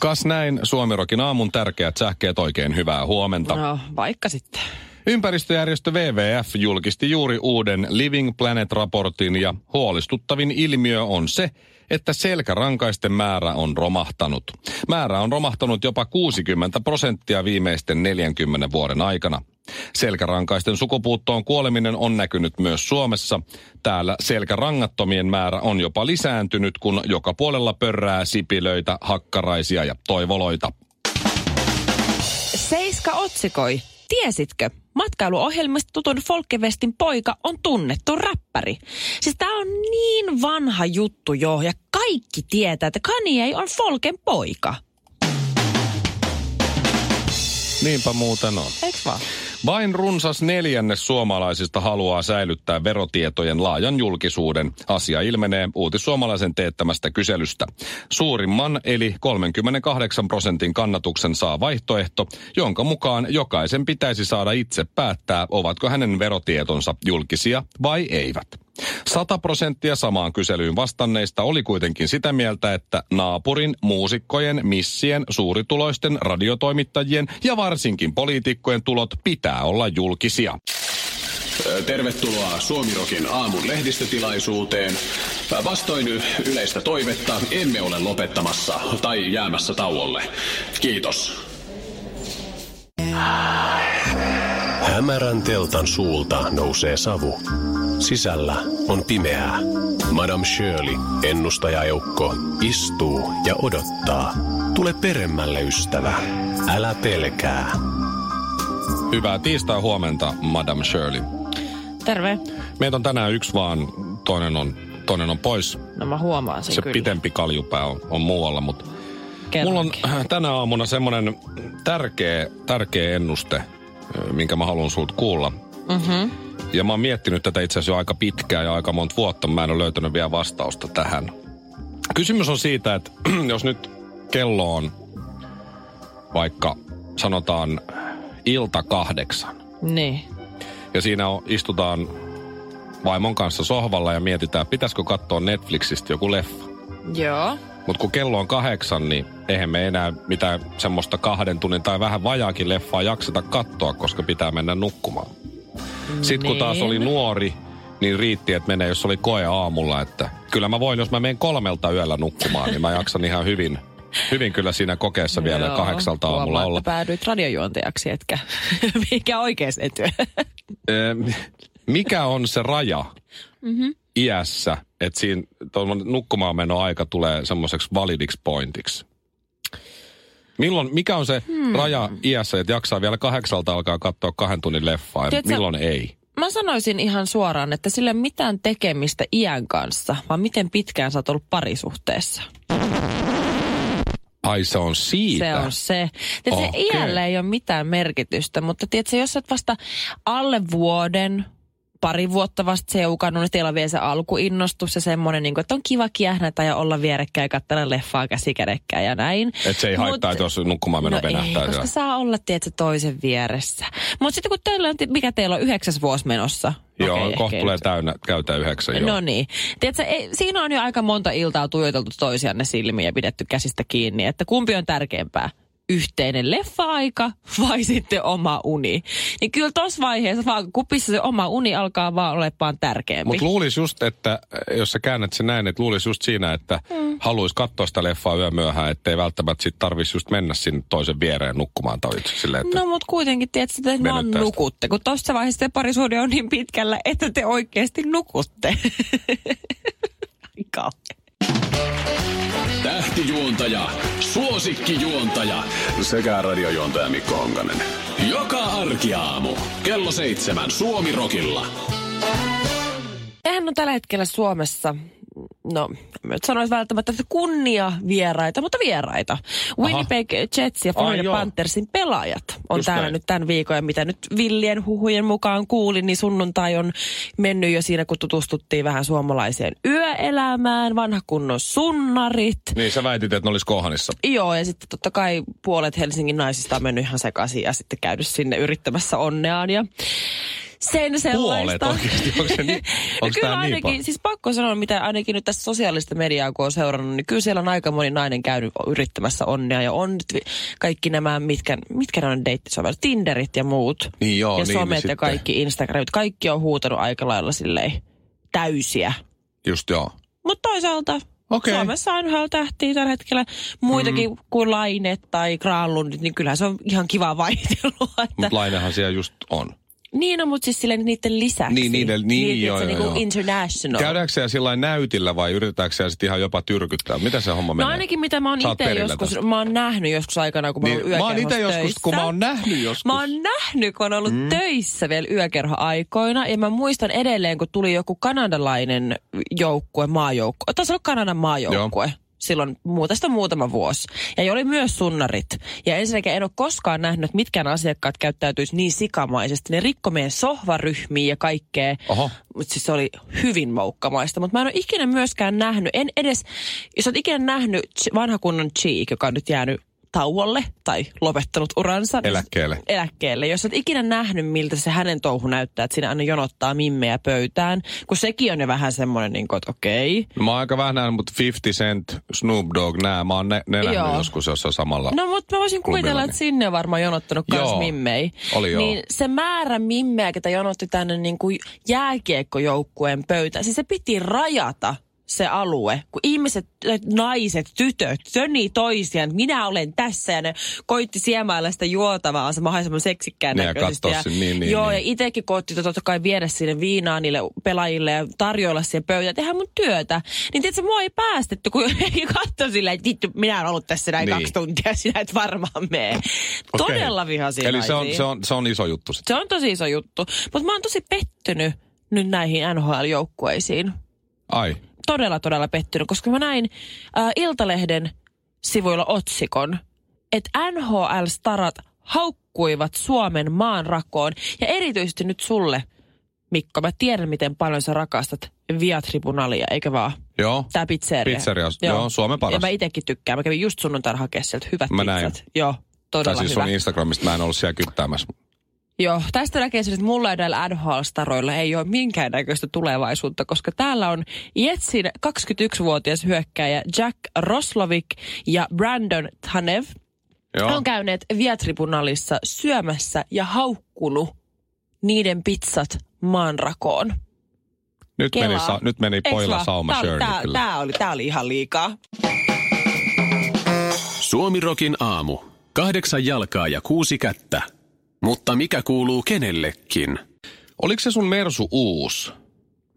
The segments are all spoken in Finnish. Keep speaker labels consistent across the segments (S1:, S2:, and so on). S1: Kas näin Suomirokin aamun tärkeät sähkeet oikein hyvää huomenta.
S2: No, vaikka sitten.
S1: Ympäristöjärjestö WWF julkisti juuri uuden Living Planet-raportin ja huolestuttavin ilmiö on se, että selkärankaisten määrä on romahtanut. Määrä on romahtanut jopa 60 prosenttia viimeisten 40 vuoden aikana. Selkärankaisten sukupuuttoon kuoleminen on näkynyt myös Suomessa. Täällä selkärangattomien määrä on jopa lisääntynyt, kun joka puolella pörrää sipilöitä, hakkaraisia ja toivoloita.
S2: Seiska otsikoi. Tiesitkö? Matkailuohjelmista tutun Folkevestin poika on tunnettu räppäri. Siis tää on niin vanha juttu jo ja kaikki tietää, että Kanye on Folken poika.
S1: Niinpä muuten on.
S2: Eiks vaan?
S1: Vain runsas neljännes suomalaisista haluaa säilyttää verotietojen laajan julkisuuden. Asia ilmenee uutissuomalaisen teettämästä kyselystä. Suurimman eli 38 prosentin kannatuksen saa vaihtoehto, jonka mukaan jokaisen pitäisi saada itse päättää, ovatko hänen verotietonsa julkisia vai eivät. 100 prosenttia samaan kyselyyn vastanneista oli kuitenkin sitä mieltä, että naapurin, muusikkojen, missien, suurituloisten, radiotoimittajien ja varsinkin poliitikkojen tulot pitää olla julkisia.
S3: Tervetuloa Suomirokin aamun lehdistötilaisuuteen. Vastoin yleistä toivetta emme ole lopettamassa tai jäämässä tauolle. Kiitos.
S4: Hämärän teltan suulta nousee savu. Sisällä on pimeää. Madame Shirley, ennustajajoukko, istuu ja odottaa. Tule peremmälle, ystävä. Älä pelkää.
S1: Hyvää tiistai huomenta, Madam Shirley.
S2: Terve.
S1: Meitä on tänään yksi vaan, toinen on, toinen on pois.
S2: No mä huomaan sen
S1: Se
S2: kyllä.
S1: pitempi kaljupää on, on muualla, mutta
S2: Kerrankin.
S1: mulla on äh, tänä aamuna semmoinen tärkeä, tärkeä ennuste, äh, minkä mä haluan sulta kuulla. Mm-hmm. Ja mä oon miettinyt tätä itse asiassa jo aika pitkään ja aika monta vuotta, mutta mä en ole löytänyt vielä vastausta tähän. Kysymys on siitä, että jos nyt kello on vaikka sanotaan ilta kahdeksan,
S2: Niin.
S1: ja siinä on, istutaan vaimon kanssa sohvalla ja mietitään, pitäisikö katsoa Netflixistä joku leffa.
S2: Joo.
S1: Mutta kun kello on kahdeksan, niin eihän me enää mitään semmoista kahden tunnin tai vähän vajaakin leffaa jakseta kattoa, koska pitää mennä nukkumaan. Sitten kun taas
S2: Niin.
S1: oli nuori, niin riitti, että menee, jos oli koe aamulla, että kyllä mä voin, jos mä menen kolmelta yöllä nukkumaan, niin mä jaksan ihan hyvin, hyvin kyllä siinä kokeessa vielä
S2: Joo.
S1: kahdeksalta aamulla
S2: Huomaa,
S1: olla.
S2: Että päädyit radiojuontajaksi, etkä mikä oikeeseen työhön.
S1: Ö, mikä on se raja mm-hmm. iässä, että siinä tuommoinen nukkumaan meno aika tulee semmoiseksi validiksi pointiksi? Milloin, mikä on se hmm. raja iässä, että jaksaa vielä kahdeksalta alkaa katsoa kahden tunnin leffaa, ja
S2: Tiedätkö-
S1: milloin ei?
S2: Mä sanoisin ihan suoraan, että sillä ei ole mitään tekemistä iän kanssa, vaan miten pitkään sä oot ollut parisuhteessa.
S1: Ai se on siitä.
S2: Se on se. Tiedätkö,
S1: Okei.
S2: okay. iällä ei ole mitään merkitystä, mutta tiedätkö, jos sä oot vasta alle vuoden, pari vuotta vasta seukannut, niin teillä on vielä se alkuinnostus ja semmoinen, niin kuin, että on kiva kiähnätä ja olla vierekkäin ja katsella leffaa käsikädekkäin ja näin.
S1: Että se ei haittaa,
S2: Mut-
S1: että jos nukkumaan meno
S2: no
S1: venähtää.
S2: ei, koska
S1: siellä.
S2: saa olla, tiedätkö, toisen vieressä. Mutta sitten kun teillä on, mikä teillä on yhdeksäs vuosi menossa?
S1: Joo,
S2: Okei,
S1: okay, kohta
S2: ehkä
S1: tulee
S2: nyt.
S1: täynnä, käytä yhdeksän. joo.
S2: No niin. Tiedätkö, ei, siinä on jo aika monta iltaa tuijoteltu toisianne silmiä ja pidetty käsistä kiinni, että kumpi on tärkeämpää? yhteinen leffa-aika vai sitten oma uni. Niin kyllä tuossa vaiheessa vaan kupissa se oma uni alkaa vaan olemaan tärkeämpi.
S1: Mutta luulisi just, että äh, jos sä käännät sen näin, että luulisi just siinä, että mm. haluaisi katsoa sitä leffaa yömyöhään, ettei välttämättä sit tarvitsisi just mennä sinne toisen viereen nukkumaan tai itse silleen, että
S2: No mutta kuitenkin, tiedätkö, että te vaan
S1: Venyttää sitä.
S2: nukutte, kun tuossa vaiheessa te parisuhde on niin pitkällä, että te oikeasti nukutte. Ai kauhea.
S3: Tähtijuontaja, suosikkijuontaja sekä radiojuontaja Mikko Honkanen. Joka arkiaamu kello seitsemän Suomirokilla.
S2: Sehän on tällä hetkellä Suomessa, no et sanoisi välttämättä että kunnia vieraita, mutta vieraita. Winnipeg Jets ja
S1: Ai
S2: Florida
S1: joo.
S2: Panthersin pelaajat on
S1: Just
S2: täällä
S1: näin.
S2: nyt tämän viikon. Ja mitä nyt villien huhujen mukaan kuulin, niin sunnuntai on mennyt jo siinä, kun tutustuttiin vähän suomalaiseen yöelämään, vanha kunnon sunnarit.
S1: Niin sä väitit, että ne olisi kohanissa.
S2: Joo, ja sitten totta kai puolet Helsingin naisista on mennyt ihan sekaisin ja sitten käynyt sinne yrittämässä onneaan ja sen sellaista.
S1: oikeesti? Onko se niin?
S2: no
S1: Onko
S2: kyllä
S1: tää niin
S2: ainakin,
S1: paljon?
S2: siis pakko sanoa, mitä ainakin nyt tässä sosiaalista mediaa kun on seurannut, niin kyllä siellä on aika moni nainen käynyt yrittämässä onnea ja on nyt vi- kaikki nämä, mitkä, mitkä ne on deittisovellut, Tinderit ja muut.
S1: Niin joo,
S2: ja
S1: niin,
S2: somet
S1: niin
S2: ja
S1: sitten.
S2: kaikki Instagramit, kaikki on huutanut aika lailla silleen täysiä.
S1: Just joo.
S2: Mutta toisaalta
S1: Okei. Mm-hmm.
S2: okay. Suomessa on yhä tähtiä tällä hetkellä muitakin mm. kuin Laine tai Granlund, niin kyllähän se on ihan kiva vaihtelua. Että...
S1: Mutta lainehan siellä just on.
S2: Niin, no, mutta siis silleen niiden lisäksi.
S1: Niin, niiden- niin,
S2: että
S1: joo,
S2: se
S1: joo,
S2: niinku
S1: joo. No.
S2: international.
S1: Käydäänkö siellä sillä lailla näytillä vai yritetäänkö siellä sitten ihan jopa tyrkyttää? Mitä se homma menee?
S2: No ainakin mitä mä oon
S1: Sä oot
S2: itse
S1: perillä
S2: joskus,
S1: tästä.
S2: mä oon nähnyt joskus aikana, kun mä oon
S1: Niin,
S2: ollut
S1: mä oon ite
S2: yökerhossa
S1: joskus, kun
S2: töissä.
S1: mä oon nähnyt joskus.
S2: Mä oon nähnyt, kun on ollut mm. töissä vielä yökerhoaikoina. Ja mä muistan edelleen, kun tuli joku kanadalainen joukkue, maajoukkue. Taisi olla Kanadan maajoukkue. Joo. Silloin muu- tästä on muutama vuosi. Ja oli myös sunnarit. Ja ensinnäkin en ole koskaan nähnyt, että mitkään asiakkaat käyttäytyisi niin sikamaisesti. Ne rikko meidän sohvaryhmiä ja kaikkea.
S1: Oho.
S2: Mutta siis se oli hyvin moukkamaista. Mutta mä en ole ikinä myöskään nähnyt, en edes, jos oot ikinä nähnyt Ch- vanhakunnon Cheek, joka on nyt jäänyt tauolle tai lopettanut uransa. niin-
S1: Eläkkeelle.
S2: Eläkkeelle. Jos et ikinä nähnyt, miltä se hänen touhu näyttää, että siinä aina jonottaa mimmejä pöytään, kun sekin on jo vähän semmoinen, niin kuin, että okei.
S1: No Mä oon aika vähän nähnyt, mutta 50 Cent, Snoop Dogg, nää. Mä oon ne, ne nähnyt
S2: Joo.
S1: joskus jossain samalla.
S2: No mutta mä voisin
S1: Klubilla,
S2: kuvitella,
S1: niin.
S2: että sinne on varmaan jonottanut
S1: Joo.
S2: kans mimmei.
S1: Oli joo.
S2: Niin se määrä mimmejä, ketä jonotti tänne niin kuin jääkiekkojoukkueen pöytään, siis se piti rajata se alue, kun ihmiset, äh, naiset, tytöt, söni toisiaan, minä olen tässä ja ne koitti siemailla sitä juotavaa, se mahdollisimman seksikkään
S1: Niin, ja
S2: näköisesti.
S1: kattoo sen, niin, niin,
S2: joo,
S1: niin.
S2: ja itsekin koitti totta kai viedä sinne viinaa niille pelaajille ja tarjoilla siihen pöytään, tehdä mun työtä. Niin tiedätkö, mua ei päästetty, kun katsoi silleen, että vittu, minä olen ollut tässä näin
S1: Niin.
S2: niin. kaksi tuntia, sinä et varmaan mene.
S1: Okei.
S2: Todella vihaisia
S1: Eli se on,
S2: naisia.
S1: se, on, se on iso juttu sitten.
S2: se on tosi iso juttu. Mutta mä oon tosi pettynyt nyt näihin NHL-joukkueisiin.
S1: Ai.
S2: Todella, todella pettynyt, koska mä näin äh, Iltalehden sivuilla otsikon, että NHL-starat haukkuivat Suomen maan rakoon. Ja erityisesti nyt sulle, Mikko, mä tiedän, miten paljon sä rakastat Via-tribunalia, eikö vaan?
S1: Joo.
S2: Tää pizzeria.
S1: Pizzeria, joo, Suomen paras.
S2: Ja mä itekin tykkään. Mä kävin just sunnuntaina hakea sieltä hyvät
S1: Mä
S2: pizzat.
S1: näin.
S2: Joo,
S1: Tai
S2: todella
S1: siis
S2: hyvä.
S1: sun Instagramista mä en ollut siellä kyttäämässä.
S2: Joo, tästä näkee sen, että mulla ja näillä NHL-staroilla ei ole minkäännäköistä tulevaisuutta, koska täällä on Jetsin 21-vuotias hyökkäjä Jack Roslovik ja Brandon Tanev
S1: Joo.
S2: on käyneet Viatribunalissa syömässä ja haukkunut niiden pizzat maanrakoon.
S1: Nyt,
S2: Kelaa.
S1: meni, sa, nyt meni
S2: Eiks
S1: pojilla
S2: vaan?
S1: sauma
S2: Tää oli-
S1: Shirley
S2: tää-
S1: kyllä.
S2: tää oli, tää oli ihan liikaa.
S4: Suomirokin aamu. Kahdeksan jalkaa ja kuusi kättä. Mutta mikä kuuluu kenellekin?
S1: Oliko se sun Mersu uus?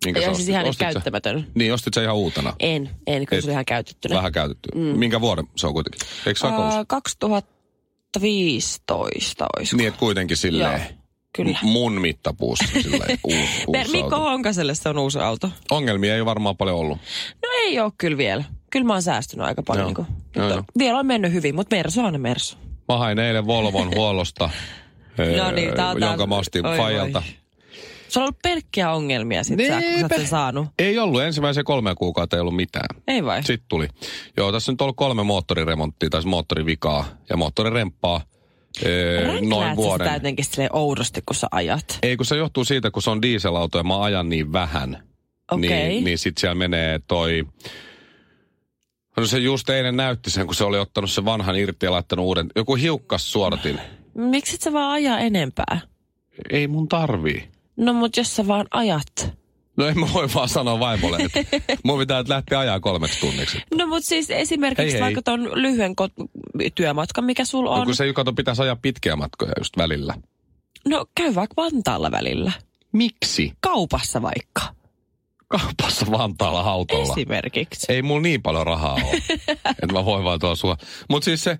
S1: Minkä
S2: Joo,
S1: sä
S2: siis
S1: ostit?
S2: ihan
S1: Ostit sä-
S2: käyttämätön.
S1: Niin, ostit se ihan uutena?
S2: En, en,
S1: Et-
S2: kyllä se oli ihan käytettynä.
S1: Vähän käytetty. Mm. Minkä vuoden se on kuitenkin? Eikö se
S2: Ää,
S1: uh,
S2: 2015 olisiko.
S1: Niin, että kuitenkin silleen.
S2: Joo, kyllä.
S1: m- Mun mittapuussa silleen uusi,
S2: Per-
S1: uusi
S2: Mikko
S1: auto.
S2: Honkaselle se on uusi auto.
S1: Ongelmia ei varmaan paljon ollut.
S2: No ei ole kyllä vielä. Kyllä mä oon säästynyt aika paljon.
S1: Joo.
S2: Niin kuin,
S1: Joo,
S2: mutta
S1: joo.
S2: vielä on mennyt hyvin, mutta Mersu on ne Mersu.
S1: Mä hain eilen Volvon huollosta, eh,
S2: No niin, tää on- tää
S1: jonka
S2: on-
S1: mä ostin
S2: oi,
S1: Fajalta.
S2: voi. Se on ollut pelkkiä ongelmia sit sä, kun sä oot sen saanut. Eh.
S1: Ei ollut, ensimmäisen kolme kuukautta ei ollut mitään.
S2: Ei vai?
S1: Sitten tuli. Joo, tässä nyt on ollut kolme moottoriremonttia, tai siis moottorivikaa ja moottoriremppaa ee,
S2: Ränkläät
S1: noin
S2: sä
S1: vuoden.
S2: sitä jotenkin silleen oudosti, kun sä ajat.
S1: Ei, kun se johtuu siitä, kun se on dieselauto ja mä ajan niin vähän.
S2: Okei.
S1: Niin, niin sit siellä menee toi... No se just eilen näytti sen, kun se oli ottanut sen vanhan irti ja laittanut uuden. Joku hiukkas suodatin.
S2: Miksi et sä vaan ajaa enempää?
S1: Ei mun tarvii.
S2: No mut jos sä vaan ajat.
S1: No en mä voi vaan sanoa vaimolle, että mun pitää nyt lähteä ajaa kolmeksi tunniksi.
S2: No mut siis esimerkiksi
S1: Hei, hei.
S2: vaikka ton lyhyen kot- työmatkan, mikä sul
S1: No
S2: on. No,
S1: kun se kato, pitäisi ajaa pitkiä matkoja just välillä.
S2: no käy vaikka Vantaalla välillä.
S1: Miksi?
S2: Kaupassa vaikka.
S1: Kaupassa Vantaalla hautolla.
S2: Esimerkiksi.
S1: Ei mulla niin paljon rahaa ole, että mä voin vaan tuolla sua. Mutta siis se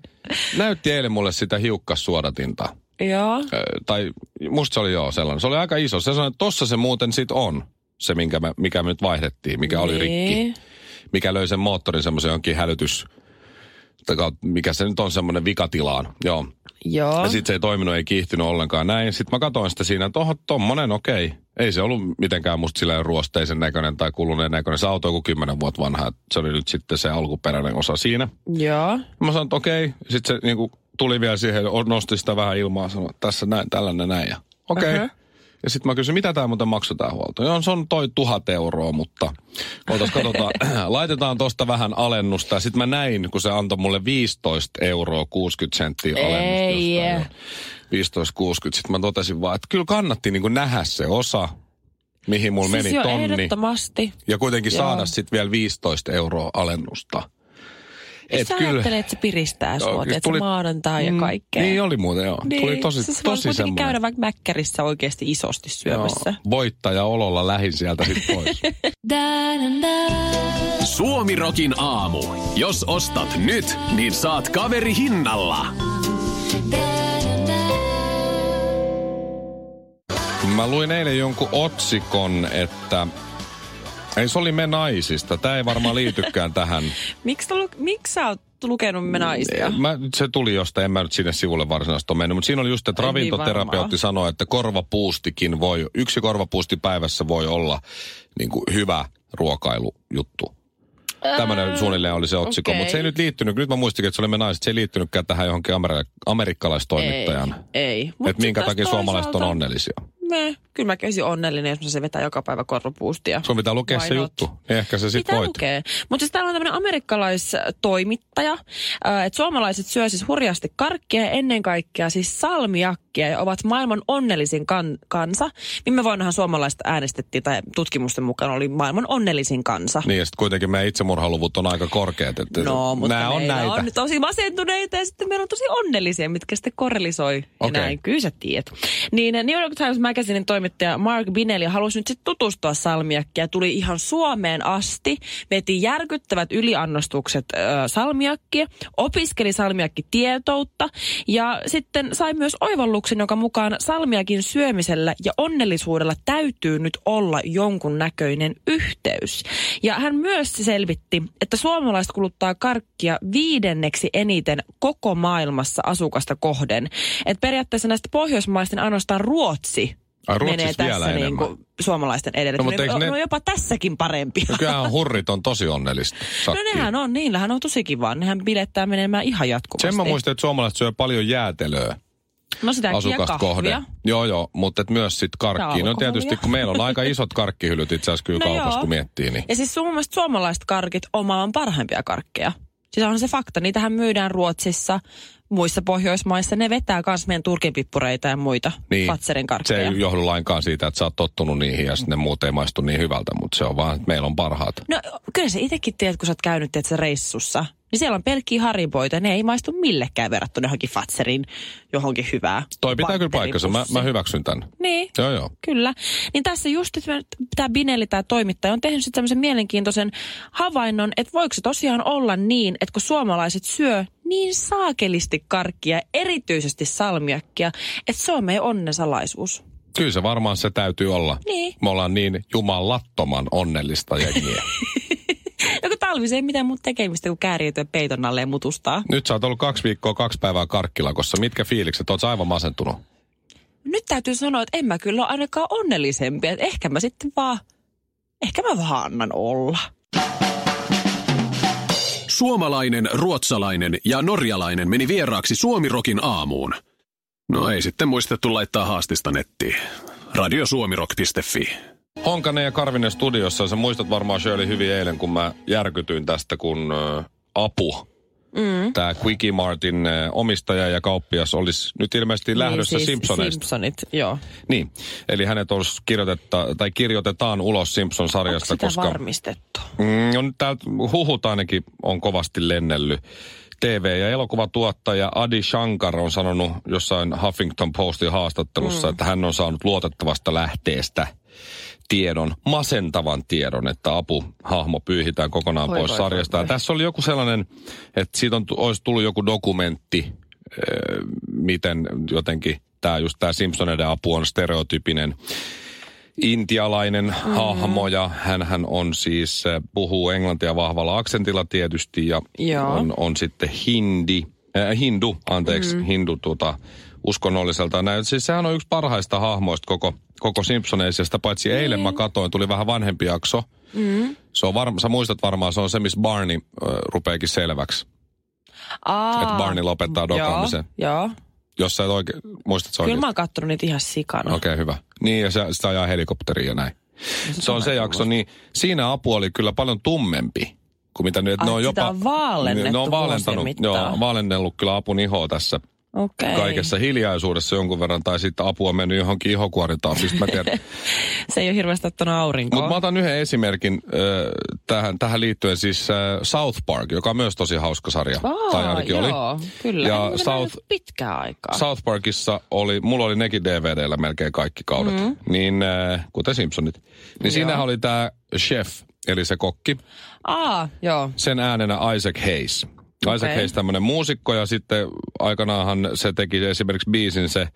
S1: näytti eilen mulle sitä hiukkassuodatinta.
S2: Joo.
S1: Ö, tai musta se oli joo sellainen. Se oli aika
S2: Niin.
S1: iso. Se sanoi, että tossa se muuten sit on, se minkä me, mikä me nyt vaihdettiin, mikä oli rikki. mikä löi sen moottorin semmoisen jonkin hälytys, tai kautta- mikä se nyt on semmoinen vikatilaan. Joo.
S2: Joo.
S1: Ja siis sitten se ei toiminut, ei kiihtynyt ollenkaan näin. Sitten mä katsoin sitä siinä, että oho, tommonen, okei. Ei se ollut mitenkään musta sillä ruosteisen näköinen tai kuluneen näköinen. Se auto on kuin 10 vuotta vanha. että Se oli nyt sitten se alkuperäinen osa siinä.
S2: Joo.
S1: Mä sanoin, että okei. Sitten se niinku, tuli vielä siihen, nosti sitä vähän ilmaa, sanoi, että tässä näin, tällainen näin. Ja okei.
S2: Aha.
S1: Ja sitten mä kysyin, mitä tämä muuten maksoi tämä huolto? Joo, se on toi tuhat euroa, mutta ootas, katsotaan, laitetaan tosta vähän alennusta. Sitten mä näin, kun se antoi mulle 15 euroa 60 senttiä alennusta.
S2: Ei,
S1: jostain. 15.60.
S2: eh.
S1: Sitten mä totesin vaan, että kyllä kannatti niin nähdä se osa, mihin mulla
S2: Siis
S1: meni
S2: jo
S1: tonni.
S2: ehdottomasti.
S1: Ja kuitenkin
S2: Joo.
S1: saada sitten vielä 15 euroa alennusta.
S2: Et sä ajattelet, että se piristää
S1: Joo,
S2: sua,
S1: No, kyllä
S2: että tuli...
S1: tuli-
S2: maanantai ja
S1: Mm,
S2: kaikkea.
S1: Niin oli muuten, joo. Niin, tuli tosi,
S2: siis
S1: tosi
S2: kuitenkin
S1: semmoinen.
S2: käydä vaikka mäkkärissä oikeasti isosti syömässä.
S1: Joo, voittaja ololla lähin sieltä sitten pois.
S3: Suomirokin aamu. Jos ostat nyt, niin saat kaveri hinnalla.
S1: Mä luin eilen jonkun otsikon, että... Ei, se oli me naisista. Tämä ei varmaan liitykään tähän.
S2: Miksi lu- miks sä oot lukenut me naisia?
S1: Niin, Mä, se tuli jostain, en mä nyt sinne sivulle varsinaisesti ole mennyt, mutta siinä oli just, että
S2: Ei niin
S1: ravintoterapeutti
S2: varmaan.
S1: sanoi, että korvapuustikin voi, yksi korvapuusti päivässä voi olla niin kuin hyvä ruokailujuttu. Tämmöinen suunnilleen oli se otsikko,
S2: okei.
S1: mutta se ei nyt liittynyt, nyt mä muistikin, että se oli me naiset, se ei liittynytkään tähän johonkin amer-
S2: ei,
S1: amerikkalaistoimittajan.
S2: ei. Mut
S1: Että
S2: sit
S1: minkä
S2: taas
S1: takia suomalaiset on
S2: toisaalta-
S1: onnellisia.
S2: Me, kyllä mä käsin onnellinen, jos mä se vetää joka päivä korvapuustia.
S1: Sun pitää lukea
S2: Why
S1: se
S2: not?
S1: juttu, niin ehkä se sit
S2: Pitää
S1: voit.
S2: lukea. Mutta siis täällä on tämmöinen amerikkalaistoimittaja, ää, että suomalaiset syö siis hurjasti karkkia ja ennen kaikkea siis salmiakkia ja ovat maailman onnellisin kan- kansa. Viime vuonnahan suomalaiset äänestettiin, tai tutkimusten mukaan oli maailman onnellisin kansa.
S1: Niin, ja sitten kuitenkin meidän itsemurhaluvut on aika korkeat. Että
S2: No, mutta
S1: nää on
S2: meillä
S1: näitä.
S2: on tosi masentuneita ja sitten meillä on tosi onnellisia, mitkä sitten korrelisoi. Okay.
S1: Okei.
S2: Ja näin, kyllä sä tiedät. Niin ä, New York Times Magazinein toimittaja Mark Binelli halusi nyt sitten tutustua salmiakkiin ja tuli ihan Suomeen asti. Veti järkyttävät yliannostukset äh, salmiakkia, opiskeli salmiakkitietoutta ja sitten sai myös oivalluksen, jonka mukaan salmiakin syömisellä ja onnellisuudella täytyy nyt olla jonkun näköinen yhteys. Ja hän myös selvitti, että suomalaiset kuluttaa karkkia viidenneksi eniten koko maailmassa asukasta kohden. Et periaatteessa näistä pohjoismaisten ainoastaan Ruotsi
S1: Ai, Ruotsissa
S2: menee tässä
S1: vielä
S2: niin kuin suomalaisten edelle.
S1: No, mutta eikö
S2: ne...
S1: ne-
S2: on jopa tässäkin parempia.
S1: No kyllähän hurrit on tosi onnellista.
S2: No
S1: sakkia.
S2: nehän on, niillähän on tosi kivaa. Nehän bilettää menemään ihan jatkuvasti.
S1: Sen mä muistan, että suomalaiset syö paljon jäätelöä
S2: no sitä
S1: asukasta kohden. Joo, joo, mutta et myös sit karkkiin. No
S2: alkoholia.
S1: tietysti, kun meillä on aika isot karkkihyllyt itse asiassa kyllä
S2: No
S1: kaupassa,
S2: joo.
S1: kun miettii, niin.
S2: Ja siis sun mielestä suomalaiset karkit omaan parhaimpia karkkeja. Siis on se fakta, niitähän myydään Ruotsissa, muissa Pohjoismaissa. Ne vetää myös meidän turkinpippureita ja muita
S1: Niin,
S2: Fatserin
S1: se
S2: karkkeja.
S1: ei johdu lainkaan siitä, että sä oot tottunut niihin ja sitten ne muut ei maistu niin hyvältä, mutta se on vaan, että meillä on parhaat.
S2: No kyllä sä itsekin tiedät, kun sä oot käynyt tiedät, sä reissussa. Niin siellä on pelkkiä hariboita, ne ei maistu millekään verrattuna johonkin Fatserin, johonkin hyvää.
S1: Toi pitää kyllä paikkansa, mä, mä hyväksyn tämän.
S2: Niin.
S1: Joo, joo.
S2: Kyllä. Niin tässä just tämä Binelli, tämä toimittaja, on tehnyt sitten tämmöisen mielenkiintoisen havainnon, että voiko se tosiaan olla niin, että kun suomalaiset syö niin saakelisti karkkia, erityisesti salmiakkia, että se on meidän onnen salaisuus.
S1: Kyllä se varmaan se täytyy olla.
S2: Niin.
S1: Me ollaan niin jumalattoman onnellista jengiä.
S2: Ja No kun talvi se ei mitään muuta tekemistä kuin kääriytyä peiton alle ja mutustaa.
S1: Nyt sä oot ollut kaksi viikkoa, kaksi päivää karkkilakossa. Mitkä fiilikset? Oot sä aivan masentunut?
S2: Nyt täytyy sanoa, että en mä kyllä ole ainakaan onnellisempi. Että ehkä mä sitten vaan, ehkä mä vaan annan olla. Niin
S3: Suomalainen, ruotsalainen ja norjalainen meni vieraaksi Suomirokin aamuun. No ei sitten muistettu laittaa haastista nettiin. Radiosuomirok.fi
S1: Honkanen ja Karvinen studiossa. Sä muistat varmaan Shirley hyvin eilen, kun mä järkytyin tästä, kun ä, apu. Mm. Tämä Quickie Martin ä, omistaja ja kauppias olisi nyt ilmeisesti lähdössä
S2: siis
S1: Simpsoneista.
S2: Simpsonit, joo.
S1: Niin, eli hänet olisi kirjoitetta, tai kirjoitetaan ulos
S2: Onko
S1: Simpson-sarjasta,
S2: sitä
S1: koska...
S2: varmistettu?
S1: Mm, on täältä huhut ainakin on kovasti lennellyt. TV- ja elokuvatuottaja Adi Shankar on sanonut jossain Huffington Postin haastattelussa, mm. että hän on saanut luotettavasta lähteestä tiedon, masentavan tiedon, että apuhahmo pyyhitään kokonaan
S2: Voi,
S1: pois
S2: voi,
S1: sarjasta.
S2: voi,
S1: Ja
S2: voi.
S1: Tässä oli joku sellainen, että siitä on, olisi tullut joku dokumentti, öö, ö, miten jotenkin tämä just tämä Simpsoneiden apu on stereotypinen intialainen mm-hmm. hahmo ja hän on siis, äh, puhuu englantia vahvalla aksentilla tietysti ja
S2: Joo.
S1: on, on sitten hindi, äh, hindu,
S2: Mm.
S1: anteeksi, mm-hmm. hindu tuota, uskonnolliselta. Näin, siis sehän on yksi parhaista hahmoista koko, koko Simpsoneisesta, paitsi
S2: Niin.
S1: mm-hmm. eilen mä katoin, tuli vähän vanhempi jakso.
S2: Mm.
S1: Mm-hmm. Se on varma, sä muistat varmaan, se on se, missä Barney äh, rupeekin selväksi,
S2: Aa,
S1: että Barney lopettaa dokaamisen.
S2: Joo, joo.
S1: Jos sä et oikein, muistat se
S2: Kyllä
S1: oikein?
S2: mä oon kattonut niitä ihan sikana.
S1: Okei, okay, hyvä. Niin, ja se, sitä ajaa helikopteriin ja näin.
S2: No
S1: Se on se jakso, niin siinä apu oli kyllä paljon tummempi kuin mitä nyt.
S2: Ai,
S1: ne on
S2: sitä
S1: jopa,
S2: on vaalennettu
S1: ne on vaalentanut,
S2: vuosien mittaan.
S1: joo, vaalennellut kyllä apun ihoa tässä
S2: Okei.
S1: kaikessa hiljaisuudessa jonkun verran, tai sitten apua on mennyt johonkin ihokuorintaan, mistä mä tiedän.
S2: Se ei ole hirveästi ottanut aurinkoa.
S1: Mutta mä otan yhden esimerkin äh, tähän, tähän liittyen, siis äh, South Park, joka on myös tosi hauska sarja.
S2: Aa,
S1: tai ainakin oli.
S2: joo, Kyllä,
S1: Ja
S2: ja en
S1: South-
S2: South... pitkään aikaa.
S1: South Parkissa oli, mulla oli nekin DVDllä melkein kaikki kaudet, mm. niin äh, kuten Simpsonit. Niin siinähän oli tämä chef, eli se kokki,
S2: Aa, joo.
S1: sen äänenä Isaac Hayes. Isaac
S2: Okei.
S1: Hayes tämmöinen muusikko ja sitten aikanaanhan se teki esimerkiksi biisin se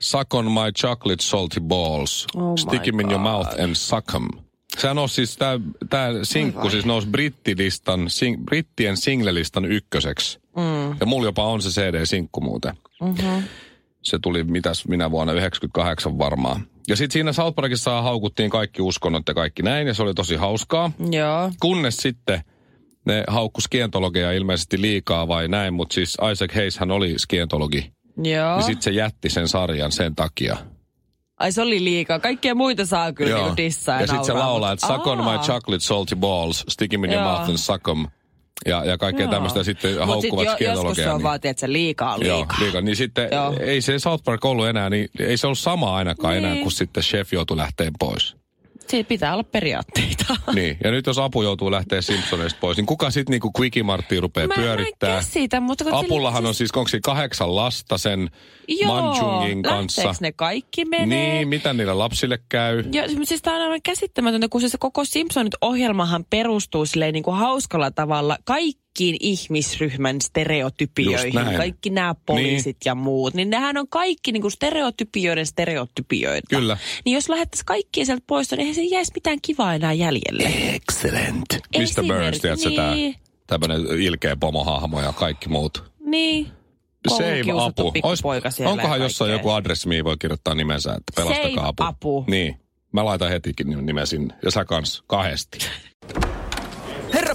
S1: Suck on my chocolate salty balls,
S2: Oh my
S1: stick 'em in your mouth and suck 'em. Sehän on siis, tämä sinkku siis nousi brittilistan, sing, brittien singlelistan ykköseksi. Mm. Ja mulla jopa on se CD-sinkku muuten.
S2: Mm-hmm.
S1: Se tuli, mitäs minä vuonna, 98 varmaan. Ja sitten siinä South Parkissa haukuttiin kaikki uskonnot ja kaikki näin, ja se oli tosi hauskaa.
S2: Joo.
S1: Kunnes sitten ne haukku skientologeja ilmeisesti liikaa vai näin, mutta siis Isaac Hayes hän oli skientologi.
S2: Joo.
S1: Niin sitten se jätti sen sarjan sen takia.
S2: Ai se oli liikaa. Kaikkia muita saa kyllä niinku dissaa ja,
S1: ja sitten se
S2: nauraa,
S1: laulaa,
S2: mutta-
S1: että suck on
S2: Aa.
S1: my chocolate salty balls, stick 'em in your
S2: Joo.
S1: mouth and suck 'em. Ja, ja kaikkea
S2: Joo.
S1: tämmöistä ja sitten
S2: Mut
S1: haukkuvat
S2: sit jo, Joskus
S1: skientologeja.
S2: se on
S1: niin-
S2: vaan, että liikaa on
S1: Joo,
S2: liikaa.
S1: liikaa. Niin sitten
S2: Joo.
S1: ei se South Park ollut enää, niin ei se ollut sama ainakaan niin. enää,
S2: Niin.
S1: kun sitten chef joutui lähteen pois.
S2: Siitä pitää olla periaatteita.
S1: Niin, ja nyt jos apu joutuu lähteä Simpsoneista pois, niin kuka sitten niinku Quickimarttia rupeaa
S2: Mä en- Mä
S1: pyörittää?
S2: en käsitä, mutta kun
S1: Apullahan
S2: sillä-
S1: on siis, onko siinä kahdeksan lasta sen
S2: Joo,
S1: Manchungin kanssa?
S2: lähteekö ne kaikki menee?
S1: Niin, mitä niille lapsille käy?
S2: Joo, siis- siis tämä on aivan käsittämätöntä, kun siis se koko Simpsonit-ohjelmahan perustuu silleen niin kuin hauskalla tavalla kaikkiin ihmisryhmän
S1: Just
S2: stereotypioihin.
S1: näin.
S2: Kaikki nämä poliisit niin. ja muut, niin nehän on kaikki niin kuin stereotypioiden stereotypioita.
S1: Kyllä.
S2: Niin jos lähettäisiin kaikkia sieltä pois, niin eihän se jäisi mitään kivaa enää jäljelle.
S1: Excellent. Mr. Burns,
S2: Esimerkki,
S1: tiedätkö
S2: niin.
S1: tämä tämmöinen ilkeä pomohahmo ja kaikki muut.
S2: Niin.
S1: Save
S2: Koulukiusattu
S1: apu.
S2: pikkupoika siellä
S1: onkohan
S2: ja
S1: jossain
S2: kaikkea.
S1: joku adressi, mihin voi kirjoittaa nimensä, että pelastakaa
S2: Save
S1: apu.
S2: apu.
S1: Niin. Mä laitan hetikin nim- nimen sinne. Ja sä kans kahdesti.
S5: Herra